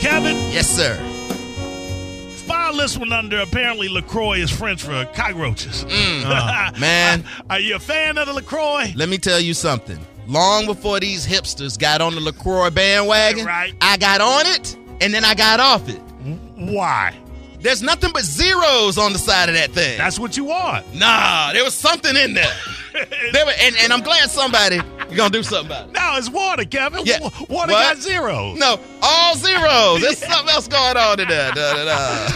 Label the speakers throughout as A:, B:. A: Kevin,
B: Yes, sir.
A: file this one under apparently LaCroix is French for cockroaches.
B: Mm. Uh. Man.
A: Are you a fan of the LaCroix?
B: Let me tell you something. Long before these hipsters got on the LaCroix bandwagon,
A: Right.
B: I got on it and then I got off it.
A: Why?
B: There's nothing but zeros on the side of that thing.
A: That's what you are.
B: nah, there was something in there. there were, and, and I'm glad somebody gonna do something about it.
A: No, it's water, Kevin.
B: Yeah.
A: Wa- Water
B: What?
A: got zeros.
B: No, all zeros. There's something else going on in there. Da, da, da.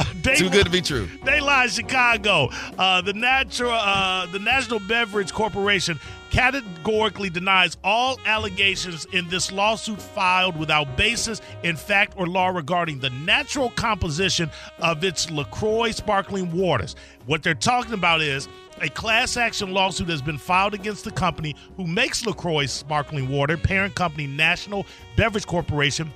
A: Uh, day
B: Too good to be true.
A: Daylight Chicago. Uh, the natural, uh, the National Beverage Corporation categorically denies all allegations in this lawsuit filed without basis in fact or law regarding the natural composition of its Lacroix sparkling waters. What they're talking about is. A class action lawsuit has been filed against the company who makes LaCroix sparkling water, parent company National Beverage Corporation,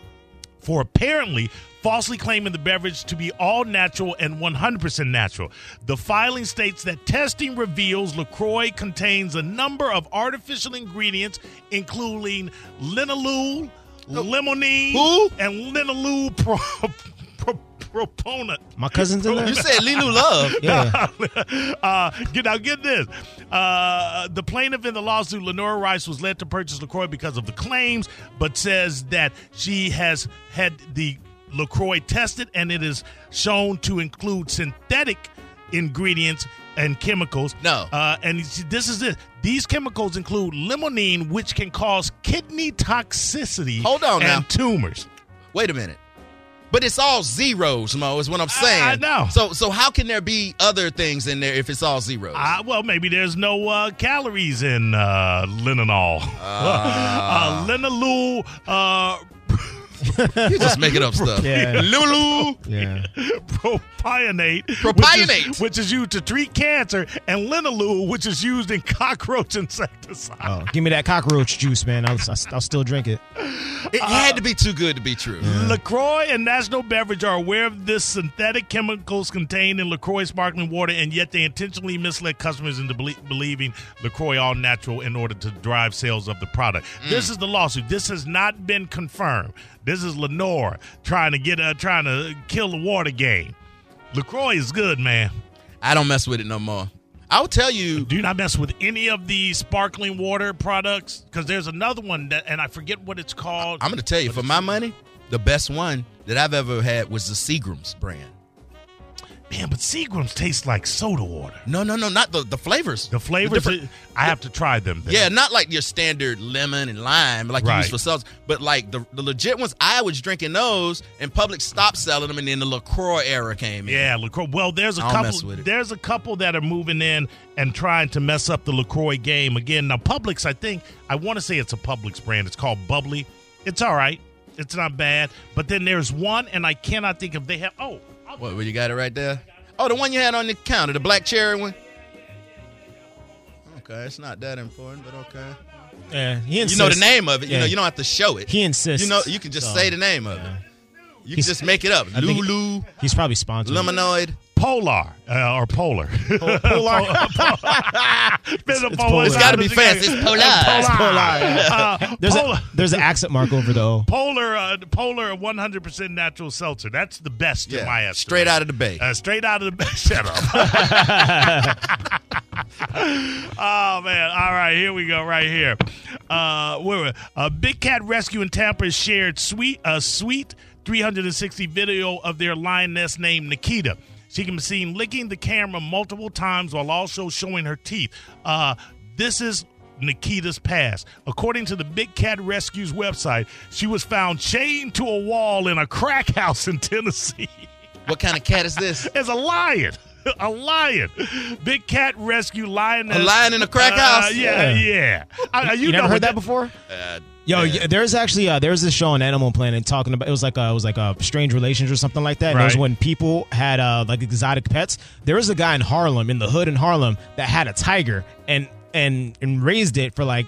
A: for apparently falsely claiming the beverage to be all natural and 100% natural. The filing states that testing reveals LaCroix contains a number of artificial ingredients, including linalool, limonene,
B: Who?
A: and linalool pro- pro- proponent.
C: My cousin's in there.
B: You said Lilu Love.
C: Yeah.
A: uh, get, now, get this. Uh, the plaintiff in the lawsuit, Lenora Rice, was led to purchase LaCroix because of the claims, but says that she has had the LaCroix tested and it is shown to include synthetic ingredients and chemicals.
B: No.
A: Uh, and she- this is it. These chemicals include limonene, which can cause kidney toxicity
B: Hold on
A: and
B: now.
A: tumors.
B: Wait a minute. But it's all zeros, Mo, is what I'm saying.
A: I know.
B: So so how can there be other things in there if it's all zeros?
A: Uh, well, maybe there's no uh, calories in uh, linenol. Uh, linalool, uh,
B: you just making up stuff.
C: Yeah.
B: Lulu.
C: Yeah.
A: propionate, which
B: Propionate.
A: is, which is used to treat cancer, and linalool, which is used in cockroach insecticide.
C: Oh, give me that cockroach juice, man. I'll, I'll still drink it.
B: It had to be too good to be true.
A: LaCroix and National Beverage are aware of this synthetic chemicals contained in LaCroix sparkling water, and yet they intentionally misled customers into belie- believing LaCroix all natural in order to drive sales of the product. This is the lawsuit. This has not been confirmed. This is Lenore trying to get uh, trying to kill the water game. LaCroix is good, man.
B: I don't mess with it no more. I'll tell you.
A: Do you not mess with any of the sparkling water products? Because there's another one that, and I forget what it's called.
B: I'm going to tell you for my money, the best one that I've ever had was the Seagram's brand.
A: Man, but Seagram's tastes like soda water.
B: No, no, no, not the the flavors.
A: The flavors,
B: different-
A: I have to try them. Then.
B: yeah, not like your standard lemon and lime, like you
A: Right.
B: use for sauce, but like the, the legit ones. I was drinking those, and Publix stopped selling them, and then the Lacroix era came in.
A: yeah, Lacroix. Well, there's a
B: I'll
A: couple.
B: mess with it.
A: There's a couple that are moving in and trying to mess up the Lacroix game again. Now, Publix, I think I want to say it's a Publix brand. It's called Bubbly. It's all right. It's not bad. But then there's one, and I cannot think of they have. Oh, I'll-
B: What? Well, you got it right there. Oh, the one you had on the counter, the black cherry one. Okay, it's not that important, but okay.
C: Yeah. He
B: You
C: insists.
B: know the name of it. You
C: Yeah.
B: know you don't have to show it.
C: He insists.
B: You know you can just
C: So,
B: say the name of it. You can
C: He's-
B: just make it up.
C: I think-
B: Lulu,
C: He's probably sponsored.
B: lemonoid.
A: Polar uh, or Polar.
C: Polar.
A: Depends
C: it's
A: upon what
C: Polar. It's
A: side
B: gotta be
A: of the game.
B: fast. It's Polar. It's
A: Polar. Uh,
C: There's
A: Polar.
C: a, there's an accent mark over the O.
A: Polar, uh, Polar, one hundred percent natural seltzer. That's the best in my
B: Yeah,
A: estimate.
B: straight out of the bay.
A: uh, straight out of the shut up. oh man! All right, here we go. Right here, uh, where were- uh, Big Cat Rescue in Tampa has shared sweet a sweet 360 video of their lioness named Nikita. She can be seen licking the camera multiple times while also showing her teeth. Uh, this is Nikita's past. According to the Big Cat Rescue's website, she was found chained to a wall in a crack house in Tennessee
B: What kind of cat is this?
A: as a lion. A lion, big cat rescue lioness.
B: A lion in a crack house?
A: Yeah, yeah.
C: Yeah.
A: I- I-
C: You,
A: know
C: never
A: what
C: heard that before?
B: Uh, yeah.
C: Yo, yeah, there's actually uh, there's this show on Animal Planet talking about it was like a, it was like a strange relations or something like that. And it was
A: Right.
C: when people had uh, like exotic pets. There was a guy in Harlem in the hood in Harlem that had a tiger and and and raised it for like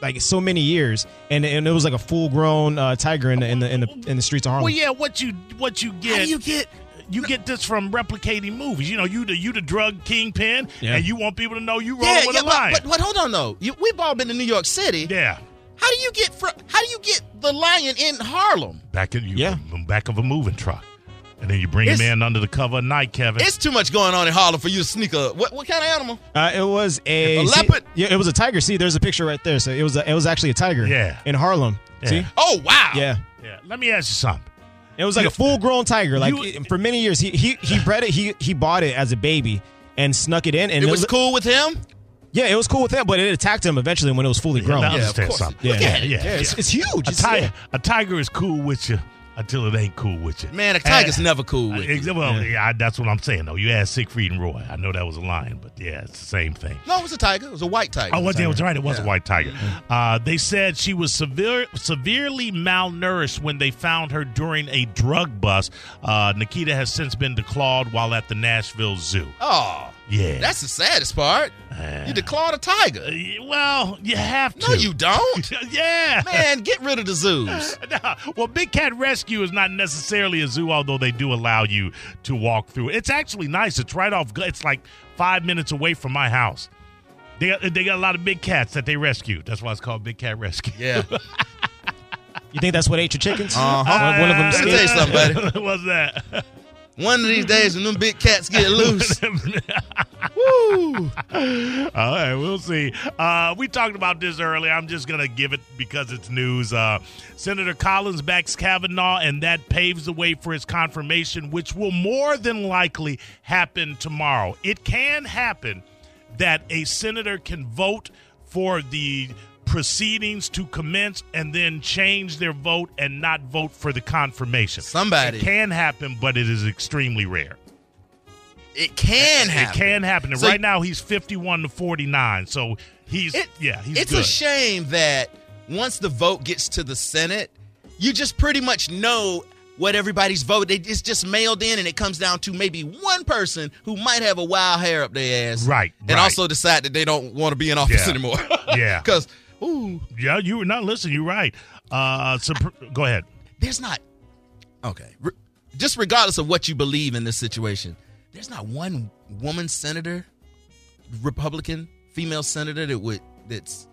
C: like so many years, and and it was like a full grown uh, tiger in the, in the in the in the streets of Harlem.
A: Well, yeah. What you what you get?
B: do you get-
A: you get this from replicating movies. You know, you the you the drug kingpin,
C: Yeah.
A: and you want people to know you roll
B: yeah,
A: with
B: yeah,
A: a
B: but,
A: lion.
B: but, but hold on though. You, we've all been to New York City.
A: yeah,
B: How do you get from? How do you get the lion in Harlem?
A: Back in you,
C: Yeah.
A: back of a moving truck, and then you bring him
B: It's-
A: in under the cover of night, Kevin.
B: It's too much going on in Harlem for you to sneak a what? What kind of animal?
C: Uh, it was a,
B: A
C: see-
B: leopard.
C: yeah, it was a tiger. See, there's a picture right there. So it was a, it was actually a tiger.
A: Yeah.
C: in Harlem.
A: Yeah.
C: See,
B: Oh wow!
C: yeah,
A: yeah. Let me ask you something.
C: it was like a full grown tiger. Like
A: You-
C: for many years, he he he bred it. He he bought it as a baby and snuck it in. And
B: It was cool with him.
C: yeah, it was cool with him, but it attacked him eventually when it was fully grown.
A: Now
B: Yeah, of
A: understand
B: course.
A: something.
C: Look
A: yeah,
C: at it.
A: yeah,
C: Yeah, it's,
A: yeah.
C: it's huge.
A: A
C: It's-
A: tiger,
C: yeah.
A: a tiger is cool with you until it ain't cool with you.
B: Man, a tiger's
A: And-
B: never cool with you.
A: Ex- Well, yeah, I, that's what I'm saying though. You asked Siegfried and Roy. I know that was a lion, but yeah, it's the same thing.
B: No, it was a tiger. It was a white tiger.
A: Oh, well, they was right. It was
B: Yeah. Mm-hmm.
A: a white tiger. Uh, they said she was severe, severely malnourished when they found her during a drug bust. Uh, Nikita has since been declawed while at the Nashville Zoo.
B: Oh,
A: Yeah,
B: that's the saddest part.
A: Uh,
B: You declawed a tiger.
A: well, you have to.
B: No, you don't.
A: yeah.
B: Man, get rid of the zoos.
A: Nah, well, Big Cat Rescue is not necessarily a zoo, although they do allow you to walk through. It's actually nice. It's right off. It's like five minutes away from my house. They got, they got a lot of big cats that they rescued. That's why it's called Big Cat Rescue.
B: Yeah.
C: You think that's what ate your chickens?
B: Uh-huh.
C: One- One of them.
B: Let me tell you
C: escaped?
B: something, buddy.
A: What's that?
B: One of these days, when them big cats get loose,
A: Woo! All right, we'll see. Uh, we talked about this earlier. I'm just gonna give it because it's news. Uh, Senator Collins backs Kavanaugh, and that paves the way for his confirmation, which will more than likely happen tomorrow. It can happen that a senator can vote for the proceedings to commence and then change their vote and not vote for the confirmation.
B: Somebody.
A: It can happen, but it is extremely rare.
B: it can
A: It
B: happen.
A: can happen. And
B: So-
A: right now he's 51 to 49. So he's
B: It-
A: yeah, he's
B: it's
A: good.
B: a shame that once the vote gets to the Senate, you just pretty much know what everybody's vote. They it's just mailed in, and it comes down to maybe one person who might have a wild hair up their ass,
A: Right,
B: And
A: right.
B: also decide that they don't want to be in office
A: Yeah.
B: anymore.
A: Yeah.
B: because ooh,
A: yeah, you were not listening. You're right. Uh, Supr- go ahead.
B: there's not okay. Re- just regardless of what you believe in this situation, there's not one woman senator, Republican female senator that would that's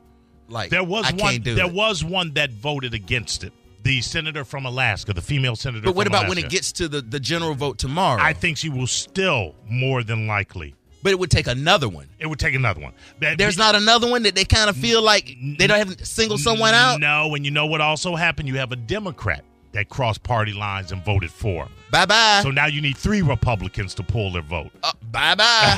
B: like
A: There was
B: I
A: one.
B: Can't do
A: there
B: it.
A: was one that voted against it. The senator from Alaska, the female senator.
B: But what
A: from
B: about when it
A: Alaska.
B: gets to the, the general vote tomorrow?
A: I think she will still more than likely.
B: but it would take another one.
A: It would take another one. That-
B: There's not another one that they kind of feel like they don't have to single someone out.
A: No, and you know what also happened? You have a Democrat that crossed party lines and voted for. him.
B: Bye bye.
A: So now you need three Republicans to pull their vote.
B: bye bye.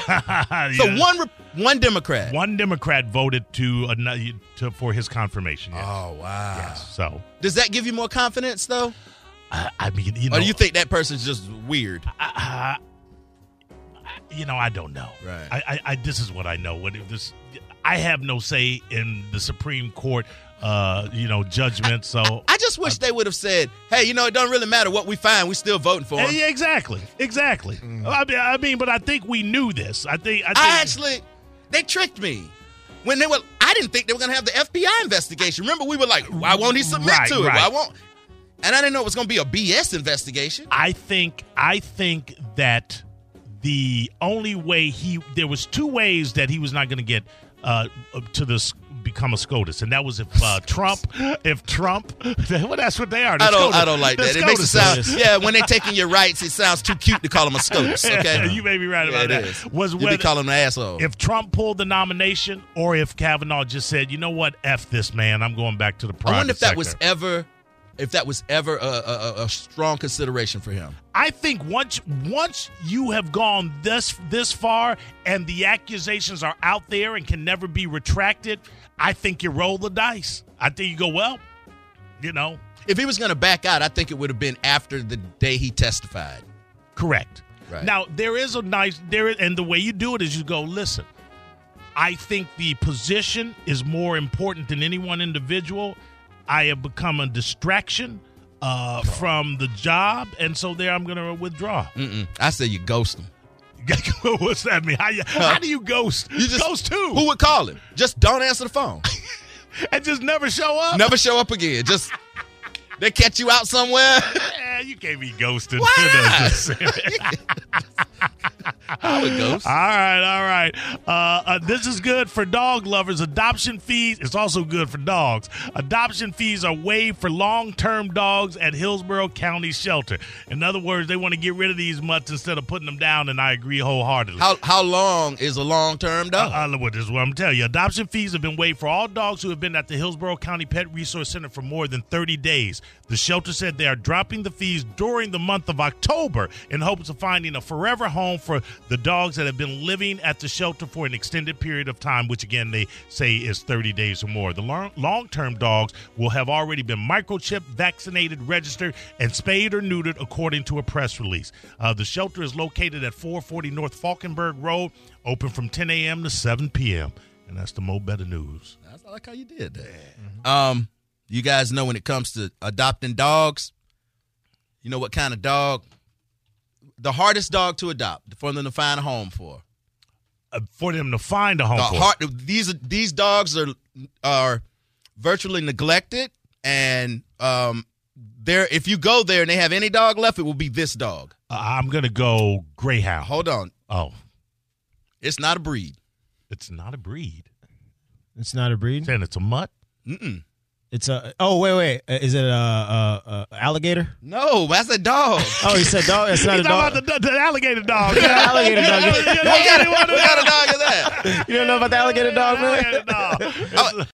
B: Uh, So
A: Yeah.
B: one re- one Democrat.
A: One Democrat voted to another to for his confirmation. Yes.
B: Oh wow.
A: Yes. So
B: Does that give you more confidence though,
A: I, I mean, you know,
B: or do you think that person's just weird?
A: I, I- you know, I don't know.
B: Right.
A: I, I, I this is what I know. What if this? I have no say in the Supreme Court, uh, you know, judgment. So.
B: I just wish they would have said, "Hey, you know, it doesn't really matter what we find. We're still voting for
A: Yeah,
B: him."
A: yeah, exactly, exactly. I, mean, I mean, but I think we knew this. I think, I think
B: Mm. I actually, they tricked me when they were. I didn't think they were gonna have the FBI investigation. Remember, we were like, "Why won't he submit
A: Right,
B: to it?
A: right.
B: Why won't?" And I didn't know it was gonna be a BS investigation.
A: I think I think that the only way he there was two ways that he was not going to get uh, up to this become a SCOTUS, and that was if uh, Trump, if Trump, well, that's what they are. the
B: I don't. I
A: SCOTUS.
B: don't like
A: The
B: that. It makes it sound.
A: SCOTUS.
B: Yeah, when they're taking your rights, it sounds too cute to call them a scotus. Okay,
A: you may be right
B: yeah,
A: about
B: it
A: that.
B: is.
A: Was
B: you
A: whether
B: be calling them an asshole.
A: if Trump pulled the nomination or if Kavanaugh just said, you know what, f this man, I'm going back to the private
B: I wonder if that was
A: sector."
B: ever, if that was ever a, a, a, a strong consideration for him.
A: I think once once you have gone this this far and the accusations are out there and can never be retracted, I think you roll the dice. I think you go, well, you know,
B: If he was going to back out, I think it would have been after the day he testified.
A: correct.
B: Right.
A: Now there is a nice there is- and the way you do it is you go, listen, I think the position is more important than any one individual. I have become a distraction uh, from the job, and so there I'm going to withdraw.
B: Mm-mm. I say you ghost him.
A: What's that mean? How, you, how do you ghost?
B: You just
A: ghost who?
B: Who would call him? Just don't answer the phone.
A: and just never show up?
B: Never show up again. Just they catch you out somewhere.
A: Eh, man, you can't be ghosted.
B: Why not? I would ghost.
A: All right, all right. Uh, uh, this is good for dog lovers. Adoption fees. It's also good for dogs. Adoption fees are waived for long-term dogs at Hillsborough County Shelter. In other words, they want to get rid of these mutts instead of putting them down, and I agree wholeheartedly.
B: How how long is a long term dog?
A: Uh, uh, well, this is what I'm telling you. Adoption fees have been waived for all dogs who have been at the Hillsborough County Pet Resource Center for more than 30 days. The shelter said they are dropping the fees during the month of October in hopes of finding a forever home for the dogs that have been living at the shelter for an extended period of time, which again they say is 30 days or more. The long term dogs will have already been microchipped, vaccinated, registered, and spayed or neutered, according to a press release. Uh, the shelter is located at 440 North Falkenberg Road open from 10 a.m. to 7 p.m. And that's the Mo Better News.
B: I like how you did that. Um, you guys know when it comes to adopting dogs, you know what kind of dog? The hardest dog to adopt for them to find a home for.
A: Uh, for them to find a home
B: The
A: for.
B: hard, these are- these dogs are are virtually neglected, and um, there if you go there and they have any dog left, it will be this dog.
A: Uh, I'm going to go Greyhound.
B: Hold on,
A: Oh,
B: it's not a breed.
A: it's not a breed.
C: It's not a breed.
A: Saying it's a mutt?
B: Mm-mm.
C: It's a. Oh wait, wait. Uh, Is it a, a, a alligator?
B: No, that's a dog.
C: Oh, he said dog. It's not a
A: He's
C: dog.
A: talking about the, the alligator dog.
C: Yeah, alligator dog.
A: Yeah, yeah,
B: what, kind of,
A: yeah,
B: what kind of dog is that?
C: you don't know about the alligator dog, man.
A: alligator dog.
B: Oh,